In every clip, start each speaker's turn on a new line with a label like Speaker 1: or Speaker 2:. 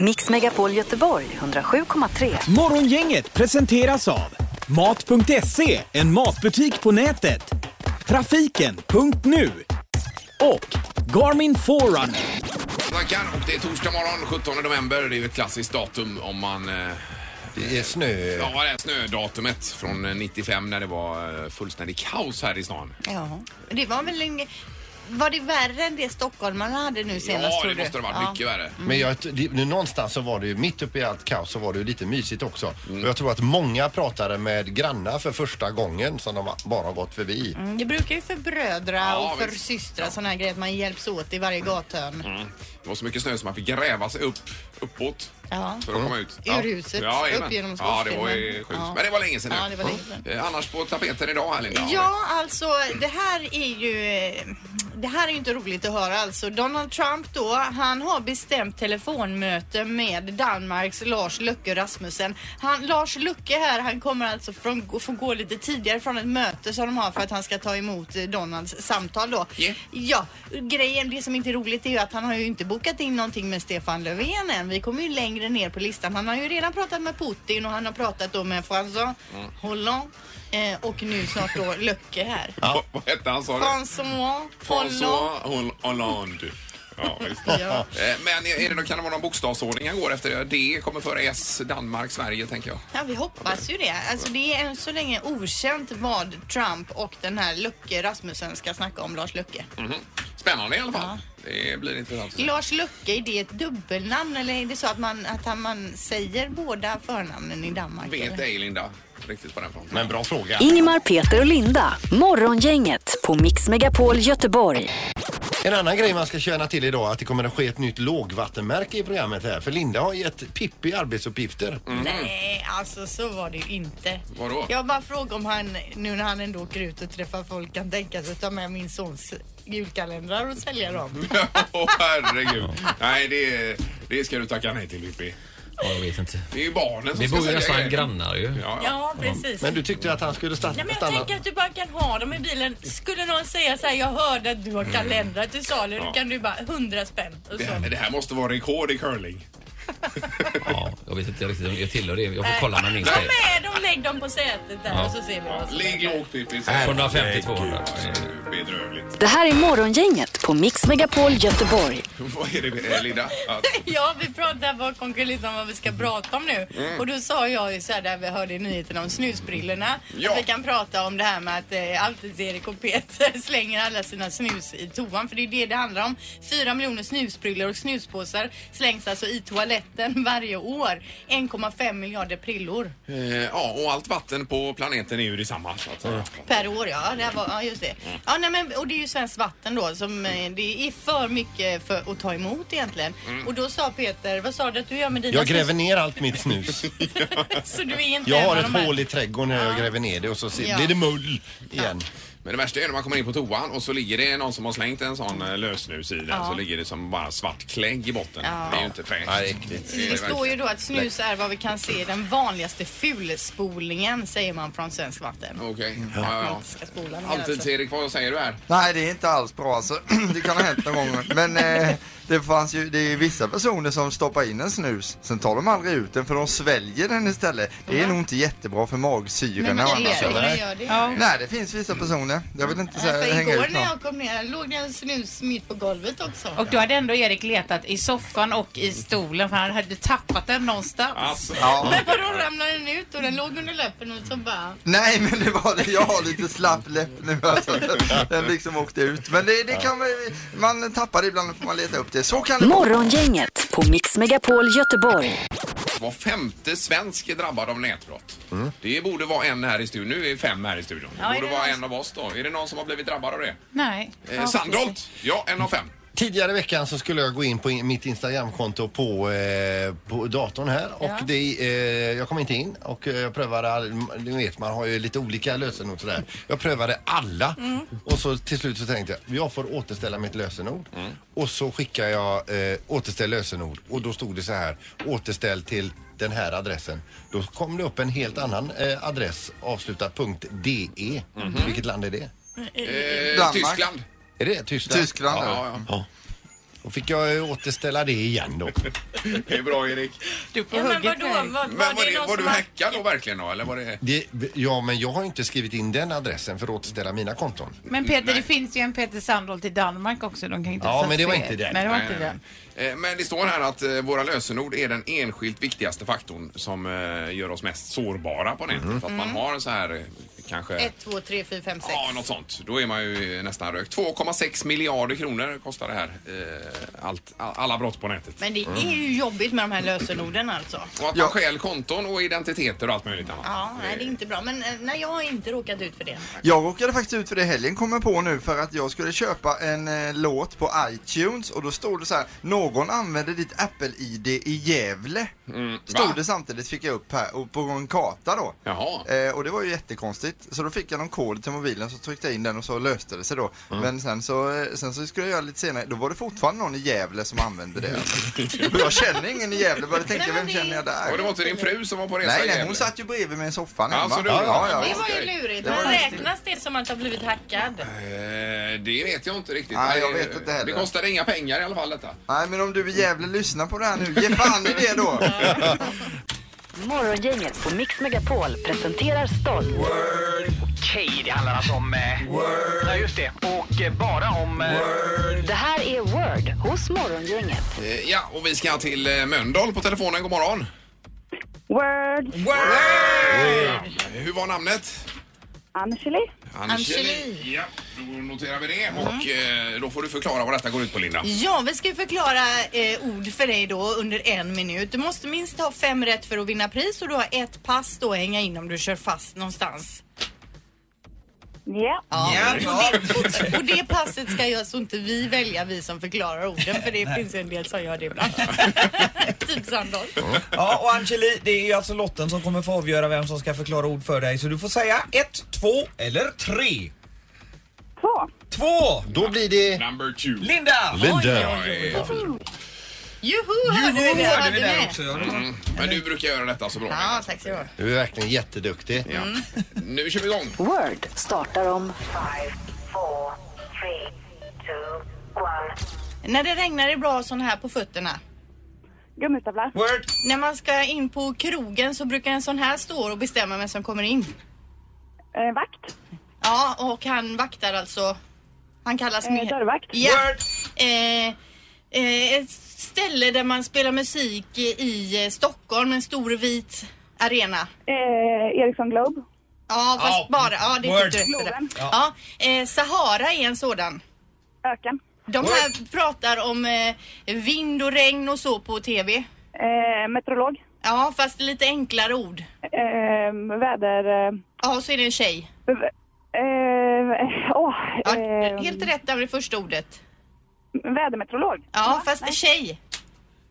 Speaker 1: Mix Megapol Göteborg 107,3.
Speaker 2: Morgongänget presenteras av Mat.se, en matbutik på nätet. Trafiken.nu och Garmin Forerunner.
Speaker 3: Tackar. Och det är torsdag morgon 17 november. Det är ju ett klassiskt datum om man... eh,
Speaker 4: Det är snö.
Speaker 3: Ja, det är snödatumet från eh, 95 när det var eh, fullständigt kaos här i stan.
Speaker 5: Ja. Det var väl en... Var det värre än det stockholmarna hade nu senast
Speaker 3: Ja,
Speaker 5: tror
Speaker 3: det
Speaker 5: du?
Speaker 3: måste det ha varit mycket värre.
Speaker 6: Mm.
Speaker 4: Men jag, det, nu någonstans så var det ju mitt uppe i allt kaos så var det ju lite mysigt också.
Speaker 3: Mm.
Speaker 4: Och jag tror att många pratade med grannar för första gången som de bara har gått förbi.
Speaker 5: Mm, Det brukar ju för brödra
Speaker 3: Ja,
Speaker 5: och för
Speaker 3: visst.
Speaker 5: systrar sådana här grejer att man hjälps åt i varje gathörn.
Speaker 4: Mm.
Speaker 3: Det var så mycket snö som man fick gräva sig upp, uppåt
Speaker 5: Ja.
Speaker 3: för att komma ut.
Speaker 5: Ur huset,
Speaker 3: jajamän.
Speaker 5: upp genom
Speaker 3: Ja, det var ju
Speaker 5: skorstenen.
Speaker 3: sjukt.
Speaker 5: Ja.
Speaker 3: Men det var länge sedan nu.
Speaker 5: Ja, det var länge sedan.
Speaker 3: Eh, Annars på tapeten idag här Linda?
Speaker 5: Ja, alltså det här är ju... eh, Det här är ju inte roligt att höra alltså. Donald Trump då, han har bestämt telefonmöte med Danmarks Lars Løkke Rasmussen. Han, Lars Løkke här, han kommer alltså från, få gå lite tidigare från ett möte som de har för att han ska ta emot eh, Donalds samtal då.
Speaker 3: Yeah.
Speaker 5: Ja, grejen, det som inte är roligt är ju att han har ju inte bokat in någonting med Stefan Löfven än. Vi kommer ju längre ner på listan. Han har ju redan pratat med Putin och han har pratat då med François
Speaker 3: Mm.
Speaker 5: Hollande eh, och nu snart då Löcke här.
Speaker 3: Vad- Vad hette han sa du?
Speaker 5: François Hollande.
Speaker 3: François Hol- Hollande. Ja, visst.
Speaker 5: Ja.
Speaker 3: Eh, Men är det, då- kan det vara någon bokstavsordning jag går efter? D kommer före S, Danmark, Sverige tänker jag.
Speaker 5: Ja, vi hoppas ju det. Alltså det är än så länge okänt vad Trump och den här Löcke Rasmussen ska snacka om, Lars Löcke.
Speaker 3: Mhm. Spännande i alla fall. Det blir intressant.
Speaker 5: Lars Löcke, är det ett dubbelnamn eller är det så att man, att han- man säger båda förnamnen i Danmark? eller?
Speaker 3: Vet ej Linda riktigt på den fronten.
Speaker 4: Men bra fråga.
Speaker 1: Ingemar, Peter och Linda. Morgongänget på Mix Megapol Göteborg.
Speaker 4: En annan grej man ska känna till idag är att det kommer att ske ett nytt lågvattenmärke i programmet här. För Linda har gett Pippi arbetsuppgifter.
Speaker 3: Mm.
Speaker 5: Nej, alltså så var det ju inte.
Speaker 3: Vadå?
Speaker 5: Jag bara frågar om han, nu när han ändå åker ut och träffar folk, kan tänka sig att ta med min sons julkalendrar och sälja dem.
Speaker 3: Åh herregud. Nej, det, det ska du tacka nej till Pippi.
Speaker 7: Ja, jag vet inte.
Speaker 3: Det är ju barnen som
Speaker 7: Vi
Speaker 3: ska
Speaker 7: bor ju
Speaker 3: sälja
Speaker 7: nästan
Speaker 3: grejer.
Speaker 7: grannar ju.
Speaker 3: Ja, ja.
Speaker 6: Ja, precis.
Speaker 4: Men du tyckte att han skulle sta-
Speaker 6: Nej, men jag
Speaker 4: stanna...
Speaker 6: tänker att du bara kan ha dem i bilen. Skulle någon säga så här, jag hörde att du har
Speaker 7: Mm.
Speaker 6: kalendrar till salu, då kan du bara hundra spänn. Och
Speaker 3: Det,
Speaker 6: så.
Speaker 3: här, det här måste vara rekord i curling.
Speaker 7: Ja, jag vet inte riktigt om jag tillhör det. Jag får kolla med min
Speaker 6: Ta
Speaker 7: chef.
Speaker 6: med dem, lägg dem på sätet där
Speaker 7: Ja.
Speaker 6: och så ser vi vad som
Speaker 3: Ligg
Speaker 6: händer.
Speaker 3: lågt Pippi.
Speaker 7: 150-200.
Speaker 3: Herregud, Bedrövligt.
Speaker 1: Det här är Morgongänget på Mix Megapol Göteborg.
Speaker 3: Vad är det eh, Linda? Att,
Speaker 6: Ja, vi pratade bakom kulisserna om vad vi ska prata om nu. Och då sa jag ju så här där vi hörde i nyheterna om snusbrillorna.
Speaker 3: Ja.
Speaker 6: Att vi kan prata om det här med att eh, alltid Erik och Peter slänger alla sina snus i toan. För det är det det handlar om. Fyra miljoner snusbrillor och snuspåsar slängs alltså i toaletten varje år. 1,5 miljarder prillor
Speaker 3: eh, ja, och allt vatten på planeten är ju detsamma. Så att, säga.
Speaker 5: Per år ja, det här var, ja just det. Ja, nej, men, och det är ju svenskt vatten då som eh, det är för mycket för att ta emot egentligen. Och då sa Peter, vad sa du att du gör med dina
Speaker 4: Jag gräver ner allt mitt snus.
Speaker 6: snus? Så du är inte
Speaker 4: Jag
Speaker 6: en
Speaker 4: har
Speaker 6: av de här.
Speaker 4: ett hål i trädgården när jag gräver ner det och så ser-
Speaker 5: Ja.
Speaker 4: blir det mull igen.
Speaker 3: Men det värsta är när man kommer in på toan och så ligger det någon som har slängt en sån eh, lösnus i den. Så ligger det som bara svart klägg i botten. Det är ju inte fräscht.
Speaker 4: Ja, det är äckligt.
Speaker 3: är
Speaker 5: Det står ju
Speaker 3: verkligen.
Speaker 5: då att snus är vad vi kan se den vanligaste fulspolningen säger man från svenskt vatten.
Speaker 3: Okej. Ja, ja,
Speaker 5: Man ska spola
Speaker 3: ja.
Speaker 5: mer,
Speaker 3: Alltid
Speaker 5: alltså.
Speaker 3: Erik, vad säger du här?
Speaker 8: Nej, det är inte alls bra alltså. Det kan ha hänt någon gång. Men eh, det fanns ju, det är vissa personer som stoppar in en snus, sen tar de aldrig ut den för de sväljer den istället. Det är nog inte jättebra för
Speaker 5: Men
Speaker 8: magsyrorna
Speaker 5: man
Speaker 8: och
Speaker 5: är
Speaker 8: annat.
Speaker 5: det, gör det. Ja.
Speaker 8: Nej, det finns vissa personer. Jag vill inte
Speaker 5: För
Speaker 8: säga, hänga
Speaker 5: igår
Speaker 8: ut
Speaker 5: när
Speaker 8: någon.
Speaker 5: jag kom ner låg det en snus mitt på golvet också.
Speaker 9: Och då hade ändå Erik letat i soffan och i stolen för han hade tappat den någonstans.
Speaker 3: Alltså,
Speaker 8: Ja.
Speaker 5: Men vadå ramlade den ut och den låg under läppen och så bara...
Speaker 8: Nej, men det var det. Jag har lite slapp läpp nu alltså. Den liksom åkte ut. Men det, det kan man, man tappar det ibland och får man leta upp det. Så kan det vara.
Speaker 1: Morgongänget på Mix Megapol Göteborg.
Speaker 3: var femte svensk är drabbad av nätbrott.
Speaker 4: Mm.
Speaker 3: Det borde vara en här i studion. Nu är vi fem här i studion. Det
Speaker 6: Ja, är
Speaker 3: borde
Speaker 6: det
Speaker 3: vara
Speaker 6: någon
Speaker 3: en av oss då. Är det någon som har blivit drabbad av det?
Speaker 9: Nej.
Speaker 3: Eh, Sandholt! Ja, en av fem.
Speaker 4: Tidigare i veckan så skulle jag gå in på in, mitt Instagramkonto på, eh, på datorn här och det, eh, jag kom inte in och eh, jag prövade, all, ni vet man har ju lite olika lösenord sådär. Jag prövade alla och så till slut så tänkte jag, jag får återställa mitt lösenord
Speaker 8: Mm.
Speaker 4: och så skickar jag eh, återställ lösenord och då stod det så här, återställ till den här adressen. Då kom det upp en helt annan eh, adress avslutad .de. E. Vilket land är det?
Speaker 3: Eh,
Speaker 8: Danmark.
Speaker 3: Tyskland.
Speaker 4: Är det Tyskland?
Speaker 8: Tyskland.
Speaker 3: Ja,
Speaker 8: eller?
Speaker 3: ja, ja.
Speaker 4: Då fick jag eh, återställa det igen då.
Speaker 3: Det är bra Erik.
Speaker 9: Du får
Speaker 5: Ja, men
Speaker 9: hugget
Speaker 5: vadå? Var, var,
Speaker 3: Men var,
Speaker 5: det
Speaker 3: det,
Speaker 5: någon som
Speaker 3: var du
Speaker 5: har-
Speaker 3: hackad då verkligen då eller var det?
Speaker 4: Det, ja, men jag har inte skrivit in den adressen för att återställa mina konton.
Speaker 9: Men Peter,
Speaker 3: Nej.
Speaker 9: det finns ju en Peter Sandholt i Danmark också. De kan inte
Speaker 4: Ja,
Speaker 9: ens ha
Speaker 4: men det var
Speaker 9: fel.
Speaker 4: inte den.
Speaker 9: Nej, det var
Speaker 3: Nej,
Speaker 9: inte
Speaker 3: nej,
Speaker 9: den.
Speaker 3: nej. Eh, Men det står här att eh, våra lösenord är den enskilt viktigaste faktorn som eh, gör oss mest sårbara på nätet. Att man har så här eh, kanske...
Speaker 5: 1, 2, 3, 4, 5, 6.
Speaker 3: Ja, något sånt. Då är man ju eh, nästan rökt. 2,6 miljarder kronor kostar det här. Eh, allt, all- alla brott på nätet. Mm.
Speaker 5: Men det är ju jobbigt med de här lösenorden alltså.
Speaker 3: Och att
Speaker 8: Ja.
Speaker 3: man stjäl konton och identiteter och allt möjligt annat.
Speaker 5: Ja, nej, det är inte bra. Men eh, nej, jag har inte råkat ut för det.
Speaker 8: Jag råkade faktiskt ut för det i helgen kommer jag på nu för att jag skulle köpa en eh, låt på iTunes och då stod det så här Någon använder ditt Apple-ID i Gävle.
Speaker 3: Mm, va?
Speaker 8: Stod det samtidigt fick jag upp här och på en karta då.
Speaker 3: Jaha.
Speaker 8: Eh, och det var ju jättekonstigt. Så då fick jag någon kod till mobilen så tryckte jag in den och så löste det sig då. Men sen så, eh, sen så skulle jag göra lite senare, då var det fortfarande någon i Gävle som använde det. och jag känner ingen i Gävle, började tänka
Speaker 5: Nej, men
Speaker 8: vem
Speaker 5: det-
Speaker 8: känner jag där?
Speaker 3: Och det var inte din fru som var på resa
Speaker 8: Nej,
Speaker 3: i
Speaker 8: nej,
Speaker 3: Gävle?
Speaker 8: hon satt ju bredvid mig i soffan
Speaker 3: Ja,
Speaker 8: hemma.
Speaker 3: så du-
Speaker 5: Det var ju
Speaker 3: Okej.
Speaker 5: lurigt.
Speaker 8: Det var
Speaker 5: Men
Speaker 8: lustigt.
Speaker 5: räknas det som att ha blivit hackad?
Speaker 3: Eh, Det vet jag inte riktigt.
Speaker 8: Nej, jag
Speaker 3: Det-
Speaker 8: vet inte heller.
Speaker 3: Det kostade inga pengar i alla fall detta.
Speaker 8: Nej men om du i Gävle lyssnar på det här nu, ge fan i det då!
Speaker 1: Morgongänget på Mix Megapol presenterar stolt.
Speaker 10: Okej, det handlar alltså om... Eh, Word. Ja, just det. Och eh, bara om... Eh,
Speaker 1: Det här är Word hos Morgongänget.
Speaker 3: Eh, Ja, och vi ska till eh, Mölndal på telefonen. God morgon.
Speaker 11: Word.
Speaker 3: Eh, Hur var namnet?
Speaker 11: Angeli.
Speaker 5: Angeli.
Speaker 3: Ja, då noterar vi det. Och eh, då får du förklara vad detta går ut på, Linda.
Speaker 5: Ja, vi ska ju förklara eh, ord för dig då under en minut. Du måste minst ha fem rätt för att vinna pris och du har ett pass då att hänga in om du kör fast någonstans.
Speaker 11: Ja.
Speaker 5: Ja, och, det, och, och det passet ska ju alltså inte vi välja, vi som förklarar orden, för det finns ju en del som gör det ibland. typ Sandholt.
Speaker 10: ja, och Angeli, det är ju alltså lotten som kommer få avgöra vem som ska förklara ord för dig. Så du får säga ett, två eller tre.
Speaker 11: Två.
Speaker 10: Två!
Speaker 4: Då blir det...
Speaker 3: Number two.
Speaker 10: Linda!
Speaker 4: Linda.
Speaker 5: Mm. Juhu, hörde ni det? Hörde ni det?
Speaker 3: Mm. Men du brukar göra detta så bra.
Speaker 5: Ja, tack ska du ha.
Speaker 4: Du är verkligen jätteduktig.
Speaker 3: Ja. Nu kör vi igång.
Speaker 1: Word startar om
Speaker 5: När det regnar är bra sån här på fötterna.
Speaker 11: Gummistövlar.
Speaker 10: Word!
Speaker 5: När man ska in på krogen så brukar en sån här stå och bestämma vem som kommer in.
Speaker 11: Eh, vakt.
Speaker 5: Ja, och han vaktar alltså. Han kallas
Speaker 11: Eh,
Speaker 5: med...
Speaker 11: dörrvakt.
Speaker 5: Ja. Eh, eh, ett ställe där man spelar musik i eh, Stockholm, en stor vit arena.
Speaker 11: Eh, Ericsson Globe.
Speaker 5: Ja, fast
Speaker 10: Ja.
Speaker 5: bara... Ja, det
Speaker 10: Word.
Speaker 5: fick du rätt för det.
Speaker 11: Globen.
Speaker 5: Ja. Eh, Sahara är en sådan.
Speaker 11: Öken.
Speaker 5: De här pratar om eh, vind och regn och så på TV.
Speaker 11: Eh, meteorolog.
Speaker 5: Ja, fast lite enklare ord.
Speaker 11: Eh,
Speaker 9: Ehm,
Speaker 11: väder... Eh,
Speaker 5: Ja, och så är det en tjej.
Speaker 11: eh, åh,
Speaker 5: Ja,
Speaker 11: eh,
Speaker 5: Helt rätt där med det första ordet.
Speaker 11: Vädermeteorolog.
Speaker 5: Ja, fast tjej.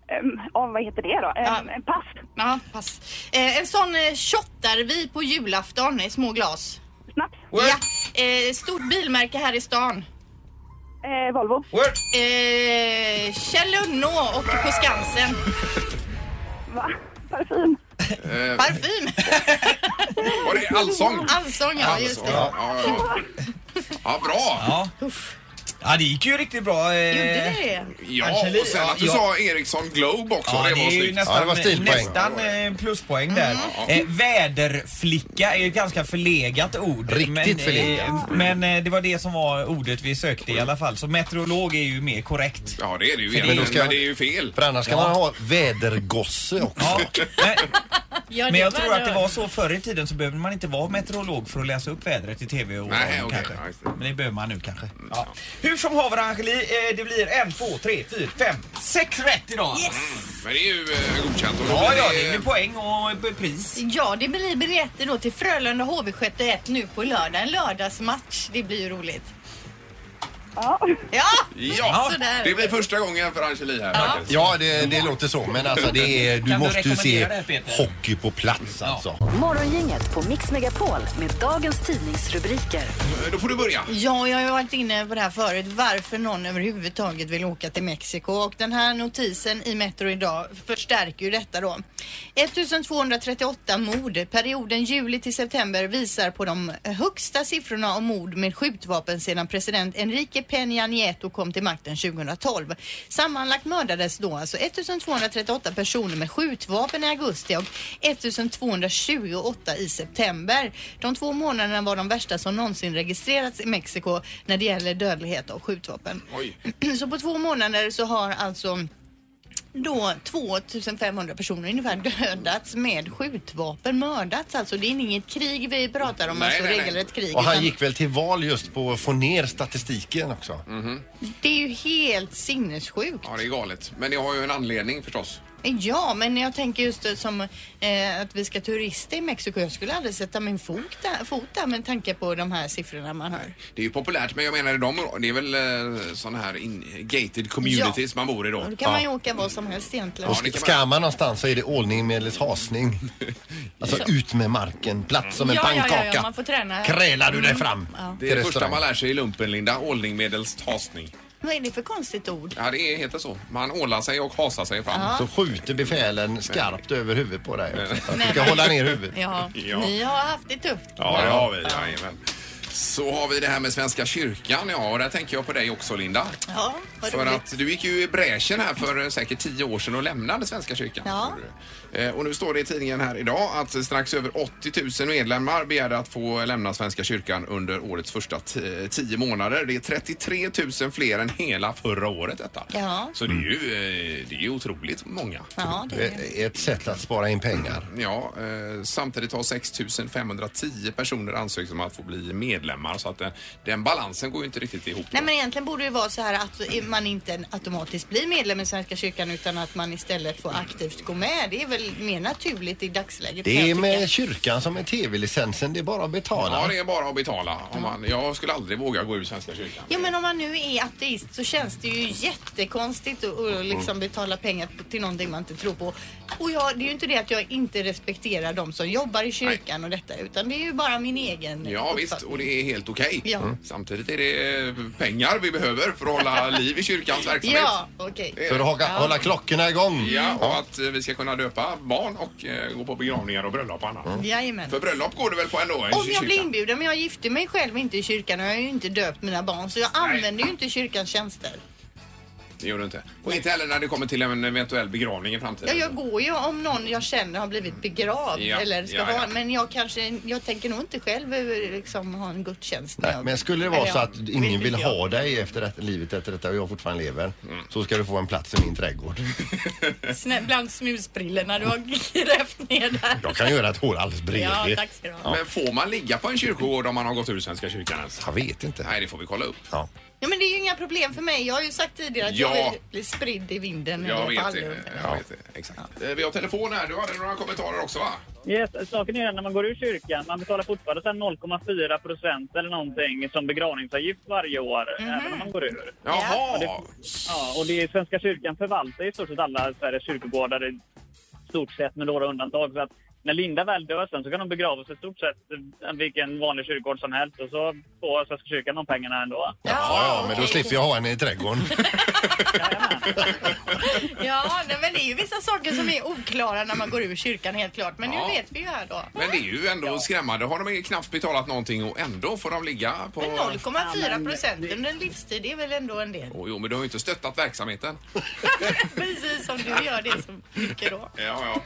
Speaker 11: Eh, åh, vad heter det då? Eh,
Speaker 5: Ja.
Speaker 11: en Pass.
Speaker 5: Ja, pass. Eh, en sån eh, shottar vi på julafton i små glas.
Speaker 11: Snaps.
Speaker 10: Word.
Speaker 5: Ja. Eh, stort bilmärke här i stan.
Speaker 11: Eh, Volvo.
Speaker 10: Word!
Speaker 5: Eh, Kjell Unnå och På Skansen.
Speaker 11: Va? Parfym.
Speaker 3: Eh,
Speaker 5: Parfym!
Speaker 3: var det allsång?
Speaker 5: Allsång, ja just det.
Speaker 3: Ja, ja, ja. ja, bra.
Speaker 10: Ja. ja, det gick ju riktigt bra. eh,
Speaker 5: Gjorde det det?
Speaker 3: Ja,
Speaker 10: Angeli,
Speaker 3: och sen
Speaker 10: ja,
Speaker 3: att du
Speaker 10: ja.
Speaker 3: sa Ericsson Globe också.
Speaker 10: Ja,
Speaker 3: det var Mm.
Speaker 10: är ju
Speaker 3: snyggt.
Speaker 10: nästan,
Speaker 4: Ja, det var stilpoäng.
Speaker 10: nästan eh, pluspoäng där. Eh, väderflicka är ju ett ganska förlegat ord.
Speaker 4: Riktigt
Speaker 10: men, eh,
Speaker 4: förlegat.
Speaker 10: Men eh, det var det som var ordet vi sökte i alla fall. Så meteorolog är ju mer korrekt.
Speaker 3: Ja, det är det ju
Speaker 10: Mm. Men då
Speaker 3: egentligen. Men,
Speaker 4: ska-
Speaker 3: det är ju fel.
Speaker 4: För annars kan man ha vädergosse också.
Speaker 10: Ja, men,
Speaker 5: Ja,
Speaker 10: men jag tror att det var så förr i tiden så behövde man inte vara meteorolog för att läsa upp vädret i TV och
Speaker 3: Nej,
Speaker 10: radio
Speaker 3: okej.
Speaker 10: kanske.
Speaker 3: Ja, just det. Mm,
Speaker 10: Men det behöver man nu kanske. Ja. Hur som haver Angeli, eh, det blir en, två, tre, fyra, fem, sex rätt idag.
Speaker 3: Mm, Men det är ju eh, godkänt. Och då
Speaker 10: Ja,
Speaker 3: blir
Speaker 10: ja, det blir poäng och eh, pris.
Speaker 5: Ja, det blir biljetter då till Frölunda HV71 nu på lördag. En lördagsmatch. Det blir ju roligt.
Speaker 11: Ja.
Speaker 5: Ja!
Speaker 3: Ja,
Speaker 5: Sådär.
Speaker 3: det blir första gången för Angeli här. faktiskt.
Speaker 4: Ja, det, det låter så. Men alltså, det är, du
Speaker 10: Kan du
Speaker 4: måste ju se
Speaker 10: rekommendera det här, Peter?
Speaker 4: hockey på plats alltså.
Speaker 1: Morgongänget på Mix Megapol med dagens tidningsrubriker.
Speaker 3: Eh, Då får du börja.
Speaker 5: Ja, jag har ju varit inne på det här förut, varför någon överhuvudtaget vill åka till Mexiko och den här notisen i Metro idag förstärker ju detta då. 1238 mord perioden juli till september visar på de högsta siffrorna om mord med skjutvapen sedan president Enrique Enrique Peña Nieto kom till makten 2012. Sammanlagt mördades då alltså 1238 personer med skjutvapen i augusti och 1228 i september. De två månaderna var de värsta som någonsin registrerats i Mexiko när det gäller dödlighet av skjutvapen. Så på två månader så har alltså då 2500 personer ungefär dödats med skjutvapen, mördats alltså. Det är inget krig vi pratar om,
Speaker 4: Nej,
Speaker 5: alltså
Speaker 4: nej, nej.
Speaker 5: regelrätt krig.
Speaker 4: Och han
Speaker 5: utan
Speaker 4: gick väl till val just på att få ner statistiken också.
Speaker 5: Det är ju helt sinnessjukt.
Speaker 3: Ja, det är galet. Men det har ju en anledning förstås.
Speaker 5: Ja, men jag tänker just det som eh, att vi ska turista i Mexiko. Jag skulle aldrig sätta min fot där, fot där med tanke på de här siffrorna man hör.
Speaker 3: Det är ju populärt, men jag menar i de, det är väl eh, sådana här in, gated communities man bor i då.
Speaker 5: Och då kan man ju åka var som helst egentligen.
Speaker 4: Och ska- ska man någonstans så är det ordning medelst hasning. Alltså
Speaker 5: Så.
Speaker 4: ut med marken, platt som en
Speaker 5: Ja, ja, ja, ja,
Speaker 4: pannkaka.
Speaker 5: man får träna. Mm.
Speaker 4: Krälar du dig fram
Speaker 5: Ja.
Speaker 3: Det är det första
Speaker 4: restaurang.
Speaker 3: man lär sig i lumpen, Linda. Ålning medelst hasning.
Speaker 5: Vad är det för konstigt ord?
Speaker 3: Ja, det heter så. Man ålar sig och hasar sig fram.
Speaker 5: Ja. Så
Speaker 4: skjuter befälen skarpt över huvudet på dig. också.
Speaker 5: Nej,
Speaker 4: Du ska
Speaker 5: men-
Speaker 4: hålla ner huvudet.
Speaker 5: Ja,
Speaker 3: Ja.
Speaker 5: ni har haft det tufft.
Speaker 3: Ja, det har vi. Jajamän. Så har vi det här med Svenska kyrkan. Ja, och där tänker jag på dig också, Linda.
Speaker 5: Ja, vad
Speaker 3: För
Speaker 5: roligt.
Speaker 3: att du gick ju i bräschen här för eh, säkert tio år sedan och lämnade Svenska kyrkan.
Speaker 5: Ja.
Speaker 3: Eh, Och nu står det i tidningen här idag att strax över 80 000 medlemmar begärde att få lämna Svenska kyrkan under årets första t- tio månader. Det är 33 000 fler än hela förra året detta.
Speaker 5: Ja.
Speaker 3: Så det är ju eh, det är ju otroligt många.
Speaker 5: Ja, det är
Speaker 4: det. Ett sätt att spara in pengar.
Speaker 3: Ja, eh, samtidigt har 6 510 personer ansökt om att få bli medlemmar så att eh, den balansen går ju inte riktigt ihop.
Speaker 5: Nej men egentligen borde det ju vara så här att man inte automatiskt blir medlem i Svenska kyrkan utan att man istället får aktivt gå med. Det är väl mer naturligt i dagsläget. kan jag
Speaker 4: Det är
Speaker 5: tycka.
Speaker 4: med kyrkan som med tv-licensen, det är bara att betala.
Speaker 3: Ja, det är bara att betala. Om man, jag skulle aldrig våga gå ur Svenska kyrkan.
Speaker 5: Ja men om man nu är ateist så känns det ju jättekonstigt att,
Speaker 3: Mm.
Speaker 5: att liksom betala pengar till någonting man inte tror på. Och jag, det är ju inte det att jag inte respekterar de som jobbar i kyrkan och detta utan det är ju bara min egen
Speaker 3: Ja visst,
Speaker 5: uppfattning.
Speaker 3: och det är helt okej.
Speaker 5: Ja. Mm.
Speaker 3: Samtidigt är det pengar vi behöver för att hålla liv i kyrkans verksamhet.
Speaker 5: Ja, okej.
Speaker 4: För att hålla, hålla klockorna igång.
Speaker 3: Ja, och att eh, vi ska kunna döpa barn och eh, gå på begravningar och bröllop och annat.
Speaker 4: Mm.
Speaker 5: Jajamän.
Speaker 3: För bröllop går det väl på ändå? i
Speaker 5: Om jag
Speaker 3: kyrkan?
Speaker 5: blir inbjuden, men jag gifte mig själv inte i kyrkan och jag har ju inte döpt mina barn så jag använder ju inte kyrkans tjänster.
Speaker 3: Det gör du inte. Och inte heller när det kommer till en eventuell begravning i framtiden.
Speaker 5: Ja, jag går ju om någon jag känner har blivit begravd
Speaker 3: Ja,
Speaker 5: eller ska
Speaker 3: ja,
Speaker 5: ha
Speaker 3: ja.
Speaker 5: men jag kanske, jag tänker nog inte själv eh, liksom ha en gudstjänst. när jag-
Speaker 4: Men skulle det vara
Speaker 5: eller
Speaker 4: så
Speaker 5: ja,
Speaker 4: att ingen
Speaker 5: vet
Speaker 4: vill
Speaker 5: inte jag. Mm.
Speaker 4: ha dig efter detta, livet efter detta och jag fortfarande lever, så ska du få en plats i min trädgård.
Speaker 6: Snä- Bland smusbrillorna du har grävt ner där.
Speaker 4: Jag kan göra ett hål alldeles bredvid.
Speaker 6: Ja, tack ska du ha.
Speaker 3: Men får man ligga på en kyrkogård om man har gått ur Svenska kyrkan ens?
Speaker 4: Jag vet inte.
Speaker 3: Nej, det får vi kolla upp.
Speaker 4: Ja.
Speaker 5: Ja men det är ju inga problem för mig. Jag har ju sagt tidigare att
Speaker 3: Ja.
Speaker 5: jag vill bli spridd i vinden.
Speaker 3: Jag
Speaker 5: eller på
Speaker 3: vet
Speaker 5: alla
Speaker 3: det.
Speaker 5: ungefär.
Speaker 3: Jag vet det. Exakt. Eh, Vi har telefon här. Du hade några kommentarer också va?
Speaker 12: Yes, saken är den när man går ur kyrkan, man betalar fortfarande sen 0,4 procent eller någonting som begravningsavgift varje år, även om man går ur.
Speaker 3: Jaha!
Speaker 12: Och det, ja, och det är Svenska kyrkan förvaltar i stort sett alla Sveriges kyrkogårdar i stort sett med några undantag. Så att när Linda väl dör sen så kan hon begravas i stort sett eh, vilken vanlig kyrkogård som helst och så får Svenska kyrkan de pengarna ändå.
Speaker 4: Ja, ja, men då slipper jag ha henne i trädgården.
Speaker 5: Ja, nej, men det är ju vissa saker som är oklara när man går ur kyrkan helt klart. Men
Speaker 3: Ja.
Speaker 5: nu vet vi ju här då.
Speaker 3: Men det är ju ändå skrämmande. Har de ju knappt betalat någonting och ändå får de ligga på...
Speaker 5: 0,4 procent under en livstid det är väl ändå en del.
Speaker 3: Oh, jo, men du har ju inte stöttat verksamheten.
Speaker 5: Precis som du gör det som mycket då.
Speaker 3: Ja, ja.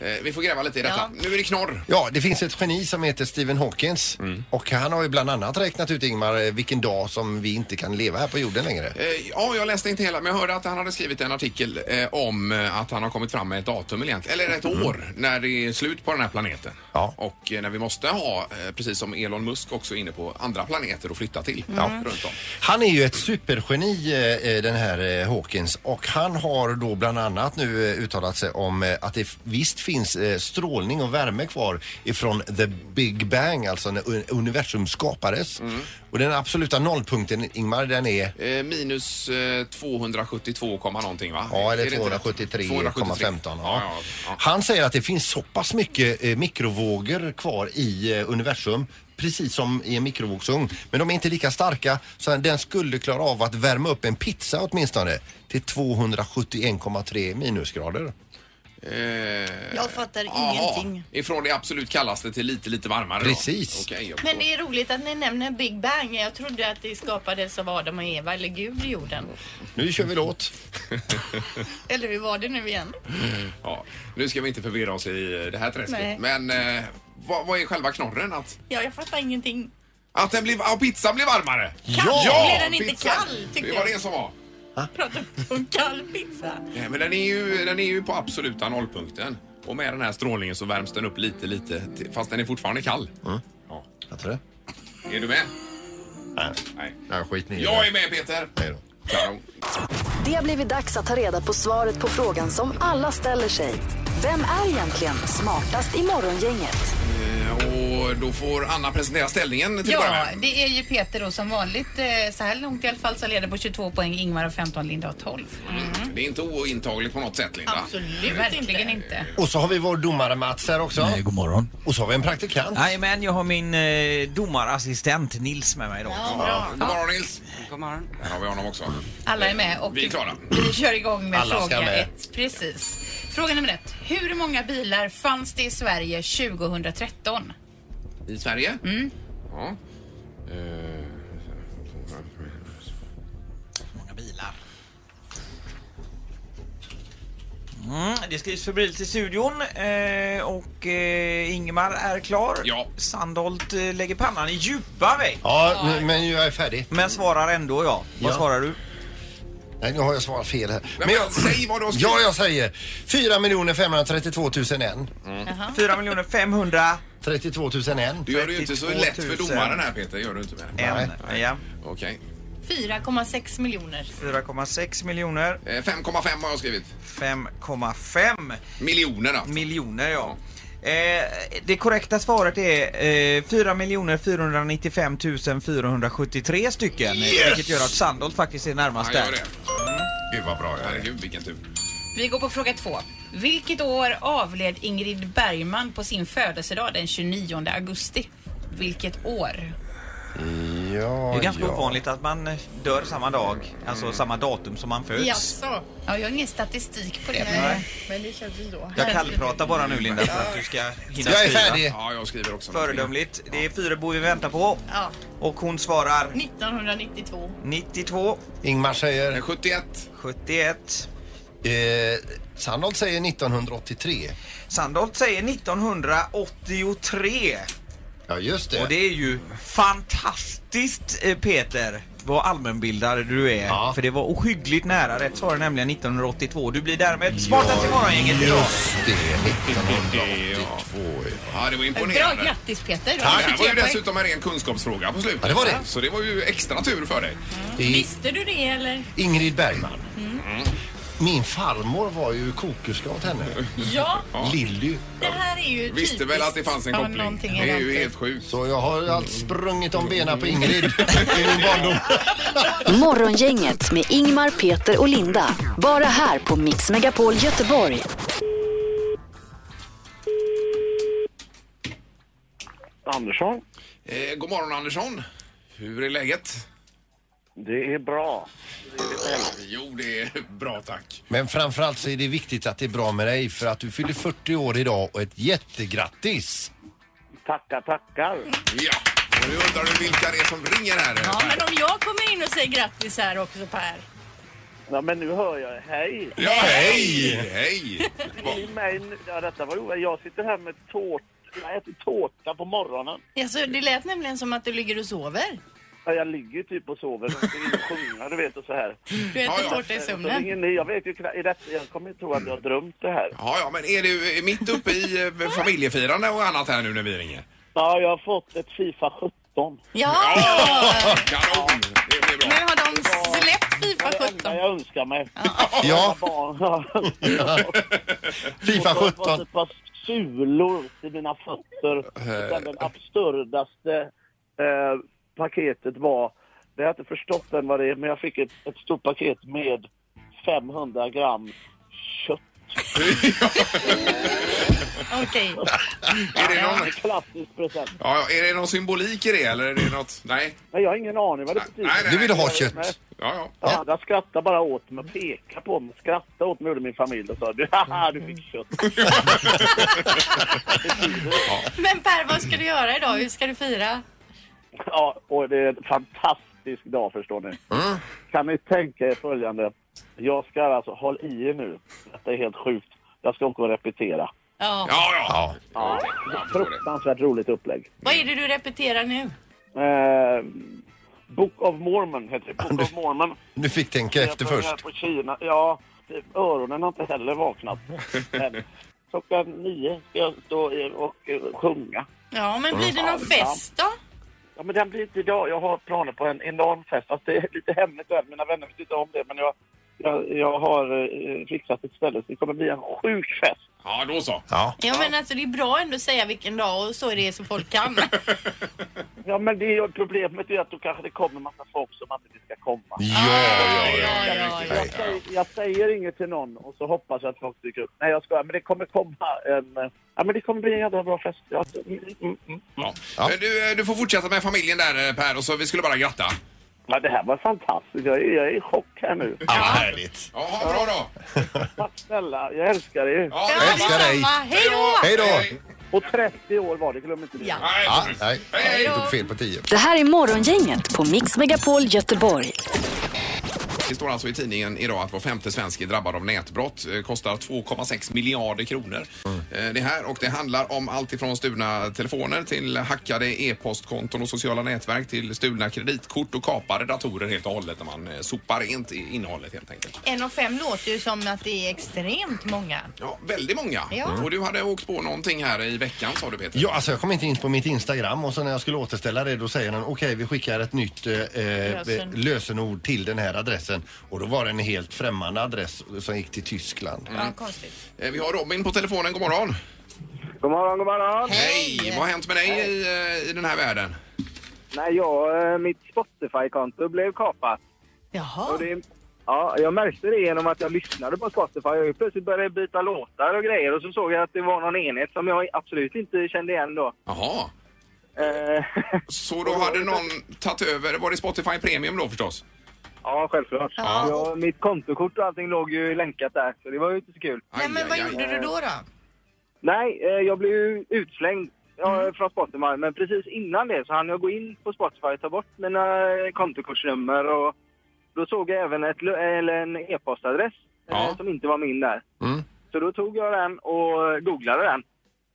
Speaker 3: Eh, Vi får gräva lite i detta. Nu är det knorr.
Speaker 4: Ja, det finns ett geni som heter Stephen Hawkins och han har ju bland annat räknat ut, Ingmar, eh, vilken dag som vi inte kan leva här på jorden längre.
Speaker 3: Eh, Ja, jag läste inte hela, men jag hörde att han hade skrivit en artikel eh, om eh, att han har kommit fram med ett datum egentligen, eller ett år, när det är slut på den här planeten. Och eh, när vi måste ha, eh, precis som Elon Musk också är inne på, andra planeter att flytta till runt om.
Speaker 4: Han är ju ett supergeni eh, eh, den här eh, Hawkins och han har då bland annat nu eh, uttalat sig om eh, att det f- visst finns eh, strålning och värme kvar ifrån the big bang, alltså när un- universum skapades.
Speaker 3: Mm.
Speaker 4: Och den absoluta nollpunkten Ingmar, den är
Speaker 3: Eh, Minus eh, 272, komma någonting va?
Speaker 4: Ja, eller
Speaker 3: Är det inte rätt?
Speaker 4: 273,15. Ja.
Speaker 3: Ja,
Speaker 4: Han säger att det finns så pass mycket eh, mikrovågor kvar i eh, universum precis som i en mikrovågsugn. Men de är inte lika starka så den skulle klara av att värma upp en pizza åtminstone till 271,3 minusgrader.
Speaker 3: Eh,
Speaker 5: Jag fattar
Speaker 3: jaha.
Speaker 5: ingenting.
Speaker 3: Ifrån det absolut kallaste till lite, lite varmare.
Speaker 4: Precis.
Speaker 3: Då. Okej, jag
Speaker 5: Men
Speaker 3: förstår.
Speaker 5: det är roligt att ni nämner Big Bang. Jag trodde att det skapades av Adam och Eva, eller Gud i jorden.
Speaker 4: Nu kör vi låt.
Speaker 5: Eller hur var det nu igen?
Speaker 3: ja, nu ska vi inte förvirra oss i det här träsket.
Speaker 5: Nej.
Speaker 3: Men eh, vad, vad är själva knorren? Att,
Speaker 5: Ja, jag fattar ingenting.
Speaker 3: att den blir, ja, pizzan blir varmare?
Speaker 5: Kall? Blev den inte kall, tyckte
Speaker 3: Det
Speaker 5: jag.
Speaker 3: var det som var.
Speaker 5: Om kall pizza.
Speaker 3: Nej, men den är, ju, den är ju på absoluta nollpunkten. Och med den här strålningen så värms den upp lite, lite. till- Fast den är fortfarande kall. Ja.
Speaker 4: Jag tror det.
Speaker 3: Är du med?
Speaker 4: Nej.
Speaker 3: Nej.
Speaker 4: Nej, skit ner i
Speaker 3: Jag
Speaker 4: det.
Speaker 3: är med Peter!
Speaker 4: Nej då.
Speaker 3: Kanon.
Speaker 1: Det har blivit dags att ta reda på svaret på frågan som alla ställer sig. Vem är egentligen smartast i morgongänget?
Speaker 3: Eh, Och då får Anna presentera ställningen till att
Speaker 9: Ja,
Speaker 3: börja med.
Speaker 9: det är ju Peter då som vanligt eh, så här långt i alla fall som leder på 22 poäng, Ingmar och 15, Linda och 12.
Speaker 3: Det är inte ointagligt på något sätt, Linda.
Speaker 9: Absolut Verkligen inte.
Speaker 4: Och så har vi vår domare Mats här också.
Speaker 10: Nej, god morgon.
Speaker 4: Och så har vi en praktikant.
Speaker 10: Nej, men jag har min eh, domarassistent Nils med mig idag.
Speaker 3: Ja, god morgon Nils!
Speaker 13: God morgon.
Speaker 3: Här har vi honom också.
Speaker 9: Alla är med och
Speaker 3: Vi är klara.
Speaker 9: vi kör igång med
Speaker 3: Alla ska
Speaker 9: fråga
Speaker 3: med.
Speaker 9: ett. Precis. Fråga nummer ett. Hur många bilar fanns det i Sverige 2013?
Speaker 3: I Sverige?
Speaker 9: Mm.
Speaker 3: Ja. Eh,
Speaker 10: Många bilar. Mm, det skrivs febrilt i studion eh, och eh, Ingemar är klar. Ja. Sandholt eh, lägger pannan i djupa vägg.
Speaker 4: Ja, nu- men jag är färdig.
Speaker 10: Men svarar ändå ja. Vad
Speaker 4: Ja.
Speaker 10: svarar du?
Speaker 4: Nej, nu har jag svarat fel här.
Speaker 10: Men
Speaker 4: jag,
Speaker 10: säg vad du har skrivit.
Speaker 4: Ja, jag säger 4 532 001.
Speaker 10: 4 Mm. miljoner 500...
Speaker 4: 32 001.
Speaker 3: Du gör det ju inte så
Speaker 4: 32
Speaker 3: lätt
Speaker 4: 000.
Speaker 3: för domaren här Peter, gör du inte med?
Speaker 4: En,
Speaker 10: ja.
Speaker 3: Okej.
Speaker 5: 4,6 miljoner.
Speaker 10: 4,6 miljoner.
Speaker 3: Eh, 5,5 har jag skrivit.
Speaker 10: 5,5.
Speaker 3: Miljoner alltså.
Speaker 10: Miljoner ja. Eh, det korrekta svaret är eh, 4 495 473 stycken. eh,
Speaker 3: Yes!
Speaker 10: Vilket gör att Sandholt faktiskt är närmast
Speaker 3: Han
Speaker 10: där.
Speaker 3: gör det.
Speaker 4: Gud vad bra jag är.
Speaker 3: Herregud vilken tur.
Speaker 9: Vi går på fråga två. Vilket år avled Ingrid Bergman på sin födelsedag den 29 augusti? Vilket år?
Speaker 4: Ja,
Speaker 10: det är ganska
Speaker 9: ja.
Speaker 10: ovanligt att man eh, dör samma dag, alltså
Speaker 3: Mm.
Speaker 10: samma datum som man föds.
Speaker 9: Jaså? Ja, jag har ingen statistik på det. Men,
Speaker 10: Nej.
Speaker 9: men det känns ju så.
Speaker 10: Jag kallpratar bara nu Linda för att du ska hinna
Speaker 4: Jag är
Speaker 10: skriva.
Speaker 4: färdig.
Speaker 3: Ja, jag skriver också.
Speaker 10: Föredömligt. Det är Fyrebo vi väntar på.
Speaker 5: Ja.
Speaker 10: Och hon svarar
Speaker 5: 1992.
Speaker 10: 92.
Speaker 4: Ingmar säger...
Speaker 3: 71.
Speaker 10: 71.
Speaker 4: Eh, Sandholt säger 1983.
Speaker 10: Sandholt säger 1983.
Speaker 4: Ja, just det.
Speaker 10: Och det är ju fantastiskt eh, Peter. Vad allmänbildad du är. För det var ohyggligt nära rätt svar nämligen 1982. Du blir därmed smartast i morgongänget idag.
Speaker 4: Just det, 1982.
Speaker 3: Ja, det var
Speaker 9: Bra,
Speaker 3: imponerande.
Speaker 9: grattis Peter.
Speaker 3: Det här var ju
Speaker 9: 23 poäng.
Speaker 3: dessutom en ren kunskapsfråga på slutet.
Speaker 4: Ja, det var det.
Speaker 3: Så det var ju extra tur för dig.
Speaker 9: Visste du det eller?
Speaker 4: Ingrid Bergman.
Speaker 5: Mm.
Speaker 4: Min farmor var ju kokerska åt henne.
Speaker 5: Ja.
Speaker 4: Lilly.
Speaker 5: Det här är ju
Speaker 3: Visste väl att det fanns en
Speaker 5: Ja,
Speaker 3: koppling.
Speaker 5: någonting
Speaker 3: det är ju
Speaker 5: annat.
Speaker 3: helt sjukt.
Speaker 4: Så jag har allt sprungit om benen på Ingrid i min barndom.
Speaker 1: Morgongänget med Ingmar, Peter och Linda. Bara här på Mix Megapol Göteborg.
Speaker 14: Andersson.
Speaker 3: Eh, god morgon Andersson. Hur är läget?
Speaker 14: Det är bra.
Speaker 3: Jo, det är bra tack.
Speaker 4: Men framförallt så är det viktigt att det är bra med dig för att du fyller 40 år idag och ett jättegrattis!
Speaker 14: Tackar, tackar!
Speaker 3: Ja, och nu undrar du vilka det är som ringer här.
Speaker 5: Ja, men om jag kommer in och säger grattis här också Per.
Speaker 14: Ja, men nu hör jag. Hej!
Speaker 3: Ja, hej! Hej!
Speaker 14: Ni är med nu- Ja, detta var roligt. Jag sitter här med tårta. Jag äter tårta på morgonen.
Speaker 5: Alltså, det lät nämligen som att du ligger och sover.
Speaker 14: Ja, Jag ligger typ och sover och vill sjunga, du vet, och så här.
Speaker 5: Du äter tårta i
Speaker 14: Så
Speaker 5: sömnen.
Speaker 14: ringer ni. Jag vet ju knappt. är detta- Jag kommer inte tro att jag har drömt det här.
Speaker 3: Ja, ja, men är du mitt uppe i eh, familjefirande och annat här nu när vi ringer?
Speaker 14: Ja, jag har fått ett Fifa 17.
Speaker 5: Ja!
Speaker 3: Kanon!
Speaker 5: Nu har de släppt Fifa 17.
Speaker 14: Jag önskar mig.
Speaker 4: Ja.
Speaker 14: Fifa Jag har
Speaker 4: 17.
Speaker 14: fått ett par typ sulor till mina fötter. Och sen den absurdaste eh, paketet var, det har jag inte förstått än vad det är, men jag fick ett, ett stort paket med 500 gram kött.
Speaker 5: Åh torka i.
Speaker 3: Är det någon,
Speaker 14: Klassisk present.
Speaker 3: ja, ja, är det någon symbolik i det eller är det något? Nej.
Speaker 14: Nej, jag har ingen aning vad det betyder.
Speaker 3: Du vill ha kött.
Speaker 14: Nej.
Speaker 3: Ja, ja.
Speaker 14: Ja, Andra skrattade bara åt mig och pekade på mig. Skrattade åt mig gjorde min familj och sa du, haha, du fick kött.
Speaker 6: Men Per, vad ska du göra idag? Hur ska du fira?
Speaker 14: Ja, och det är en fantastisk dag förstår ni. Kan ni tänka er följande? Jag ska alltså, håll i er nu. Detta är helt sjukt. Jag ska åka och repetera.
Speaker 6: Ja.
Speaker 3: ja.
Speaker 14: ja. Fruktansvärt roligt upplägg.
Speaker 6: Vad är det du repeterar nu?
Speaker 14: Eh, Book of Mormon heter det. Book of Mormon.
Speaker 4: Du fick tänka efter
Speaker 14: Jag börjar
Speaker 4: först.
Speaker 14: På Kina. Ja, det- öronen har inte heller vaknat. Men klockan nio ska jag stå i- och eh, sjunga.
Speaker 6: Ja, men blir det någon fest då?
Speaker 14: Ja, men den blir inte idag. Jag har planer på en enorm fest. Fast det är lite hemligt där. Mina vänner vet inte om det. Men jag, jag, jag har eh, fixat ett ställe. Så det kommer bli en sjuk fest.
Speaker 3: Ja, då så.
Speaker 4: Ja.
Speaker 6: Ja, men alltså det är bra ändå att säga vilken dag och så är det så folk kan.
Speaker 14: Ja, men det är ju problemet är att då kanske det kommer en massa folk som aldrig ska komma.
Speaker 6: ja, ja,
Speaker 14: Jag, säger, jag säger inget till någon och så hoppas jag att folk dyker upp. Nej, jag skojar. Men det kommer komma en... eh, Ja, men det kommer bli en jävla bra fest. Ja, mm, mm, mm.
Speaker 3: Ja. Eh, Du, eh, du får fortsätta med familjen där eh, Per och så vi skulle bara gratta.
Speaker 14: Ja, det här var fantastiskt. Jag är, jag är i chock här nu.
Speaker 3: Ja, härligt. Ja, ha bra då.
Speaker 14: Tack snälla. Jag älskar er.
Speaker 3: Ja,
Speaker 4: Jag älskar dig.
Speaker 6: Hej då!
Speaker 4: Hej då!
Speaker 14: Och 30 år var det, glöm inte det.
Speaker 4: Ja, nej, jag tog fel på tio.
Speaker 1: Det här är Morgongänget på Mix Megapol Göteborg.
Speaker 3: Det står alltså i tidningen idag att var femte svensk är drabbad av nätbrott. Eh, Kostar 2,6 miljarder kronor. Eh, Det här och det handlar om allt ifrån stulna telefoner till hackade e-postkonton och sociala nätverk till stulna kreditkort och kapade datorer helt och hållet när man eh, sopar rent i innehållet helt enkelt.
Speaker 6: En och fem låter ju som att det är extremt många.
Speaker 3: Ja, väldigt många.
Speaker 6: Ja.
Speaker 3: Och du hade åkt på någonting här i veckan sa du Peter.
Speaker 4: Ja, alltså jag kom inte in på mitt Instagram och så när jag skulle återställa det då säger den okej vi skickar ett nytt eh, eh,
Speaker 3: Lösen.
Speaker 4: lösenord till den här adressen och då var det en helt främmande adress som gick till Tyskland.
Speaker 3: Eh, Vi har Robin på telefonen, god morgon.
Speaker 13: God morgon, god morgon.
Speaker 3: Hej! Vad har hänt med dig i, eh, i den här världen?
Speaker 13: Nej, jag, eh, mitt Spotify-konto blev kapat.
Speaker 6: Jaha.
Speaker 13: Och det, ja, jag märkte det genom att jag lyssnade på Spotify och plötsligt började jag byta låtar och grejer och så såg jag att det var någon enhet som jag absolut inte kände igen då.
Speaker 3: Jaha.
Speaker 13: Eh,
Speaker 3: Så då hade någon tagit över, var det Spotify Premium då förstås?
Speaker 13: ja, självklart. Jag, mitt kontokort och allting låg ju länkat där, så det var ju inte så kul.
Speaker 3: Nej, men vad
Speaker 6: gjorde du då? då?
Speaker 13: Nej, eh, jag blev ju utslängd ja,
Speaker 6: Mm.
Speaker 13: från Spotify. Men precis innan det så hann jag gå in på Spotify och ta bort mina eh, kontokortsnummer. Och då såg jag även ett, lo- eller en e-postadress eh, som inte var min där.
Speaker 4: Mm.
Speaker 13: Så då tog jag den och googlade den.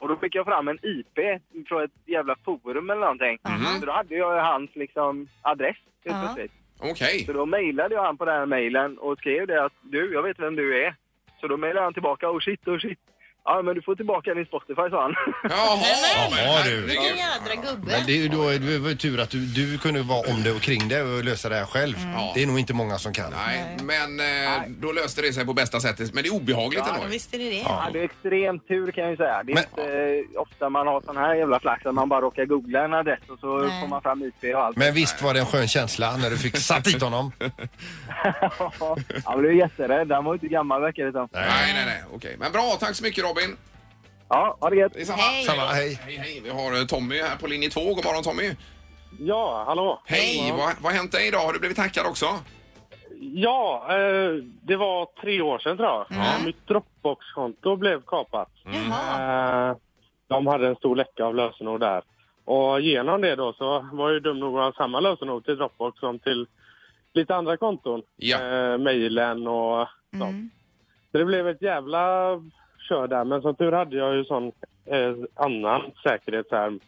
Speaker 13: Och då fick jag fram en IP från ett jävla forum eller någonting. Så då hade jag hans liksom, adress helt
Speaker 3: Ja.
Speaker 13: plötsligt.
Speaker 3: Okej.
Speaker 13: Så då mejlade jag han på den här mejlen och skrev det att du, jag vet vem du är. Så då mejlade han tillbaka, oh shit, oh shit. Ja, men du får tillbaka din Spotify, sa han.
Speaker 4: Jaha, Jaha du.
Speaker 6: Vilken jädra gubbe.
Speaker 4: Men det är ju då det var ju tur att du, du kunde vara om det och kring det och lösa det här själv. Det är nog inte många som kan.
Speaker 3: Mm. Nej, men eh, då löste det sig på bästa sättet. Men det är obehagligt
Speaker 13: Ja,
Speaker 3: ändå.
Speaker 6: Visst är det det?
Speaker 13: Ja, det är extrem tur kan jag ju säga. Det är inte eh, ofta man har sån här jävla flax att man bara råkar googla en adress och så får man fram IP och allt.
Speaker 4: Men visst var det en skön känsla när du fick satt dit honom?
Speaker 13: Jag blev jätterädd. Han var ju inte gammal verkar det som.
Speaker 3: Nej, nej, nej. Okej. Men bra, tack så mycket Robin.
Speaker 13: Ja, ha det gött.
Speaker 3: Detsamma.
Speaker 4: Samma, hej.
Speaker 3: hej, hej. Vi har eh, Tommy här på linje 2. God morgon Tommy.
Speaker 15: Ja, hallå.
Speaker 3: Hej, vad, vad har hänt dig idag? Har du blivit hackad också? Eh,
Speaker 15: Ja, eh, det var tre år sedan tror jag.
Speaker 3: Mm.
Speaker 15: Mitt Dropbox-konto blev kapat. Eh, de hade en stor läcka av lösenord där. Och genom det då så var jag ju dum nog att ha samma lösenord till Dropbox som till lite andra konton. Eh, mailen och sånt.
Speaker 3: Mm.
Speaker 15: Så det blev ett jävla kör där. Men som tur hade jag ju sån eh, annan säkerhetshärm.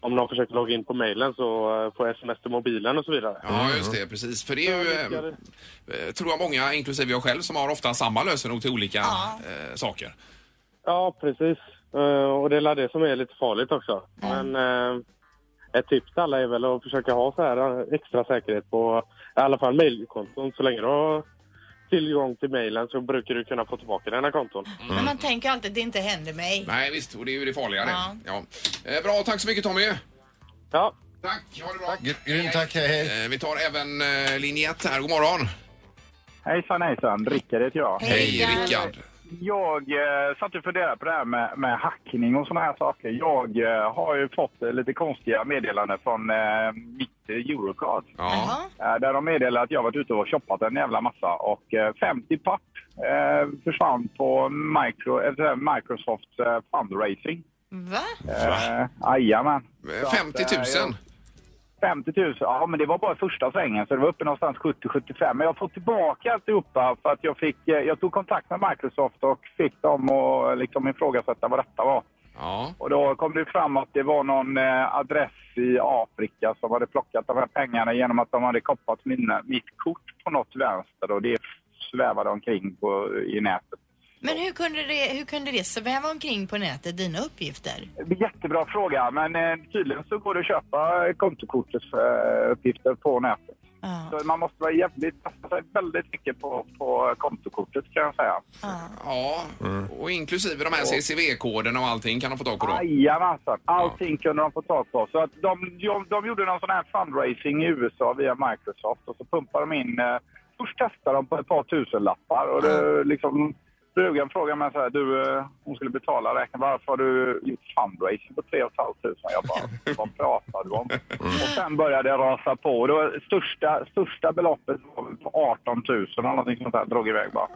Speaker 15: Om någon försöker logga in på mailen så eh, får jag sms till mobilen och så vidare.
Speaker 3: Ja, just det. Precis. För det är ju, eh, eh, tror jag, många, inklusive jag själv, som har ofta samma lösenord till olika eh, saker.
Speaker 15: Ja, precis. Eh, och det är väl det som är lite farligt också. Men eh, ett tips till alla är väl att försöka ha så här eh, extra säkerhet på i alla fall mejlkonton. Så länge du har tillgång till mejlen så brukar du kunna få tillbaka dina konton.
Speaker 6: Men man tänker alltid att det inte händer mig.
Speaker 3: Mm. Nej, visst. Och det är ju det farliga. det.
Speaker 6: Ja.
Speaker 3: Ja. Eh, Bra, tack så mycket Tommy.
Speaker 15: Ja.
Speaker 3: Tack, ha det bra.
Speaker 4: Grymt, tack. Hej, hej.
Speaker 3: Eh, Vi tar även eh, linje 1 här. God morgon.
Speaker 13: Hejsan hejsan, Rickard heter jag.
Speaker 3: Hej, Rickard.
Speaker 16: jag eh, satt och funderade på det här med, med hackning och såna här saker. Jag eh, har ju fått eh, lite konstiga meddelanden från eh, mitt eh, Eurocard. Eh, där de meddelade att jag varit ute och shoppat en jävla massa och eh, 50 papp eh, försvann på micro, eh, Microsoft eh, fundraising.
Speaker 5: Va?
Speaker 16: Eh, Jajamän. Så att,
Speaker 3: 50
Speaker 16: eh,
Speaker 3: 000.
Speaker 16: jag- 50 000, ja men det var bara första svängen så det var uppe någonstans 70-75. Men jag får tillbaka alltihopa för att jag fick, eh, jag tog kontakt med Microsoft och fick dem att liksom ifrågasätta vad detta var.
Speaker 3: Ja.
Speaker 16: Och då kom det fram att det var någon eh, adress i Afrika som hade plockat de här pengarna genom att de hade kopplat mina, mitt kort på något vänster och det svävade omkring på, i nätet.
Speaker 5: Men hur kunde, det, hur kunde det sväva omkring på nätet, dina uppgifter?
Speaker 16: Jättebra fråga, men eh, tydligen så går det att köpa eh, kontokortets eh, uppgifter på nätet. Så man måste vara jävligt, passa sig väldigt mycket på, på kontokortet kan jag säga.
Speaker 3: Ja,
Speaker 4: Mm.
Speaker 3: och inklusive de här CCV-koderna och allting kan de få tag på då.
Speaker 16: Jajamensan, allting kunde de få tag på. Så att de, de, de gjorde någon sån här fundraising i USA via Microsoft och så pumpade de in, eh, först testade de på ett par tusen lappar och det, liksom Frugan frågade mig så här, du, eh, hon skulle betala räkningen. Varför har du gjort fundraising på 3 500? Jag bara, vad pratar du om? Och sen började det rasa på. Och Då, största, största beloppet var väl på 18 000 eller någonting sånt där. Drog iväg bara.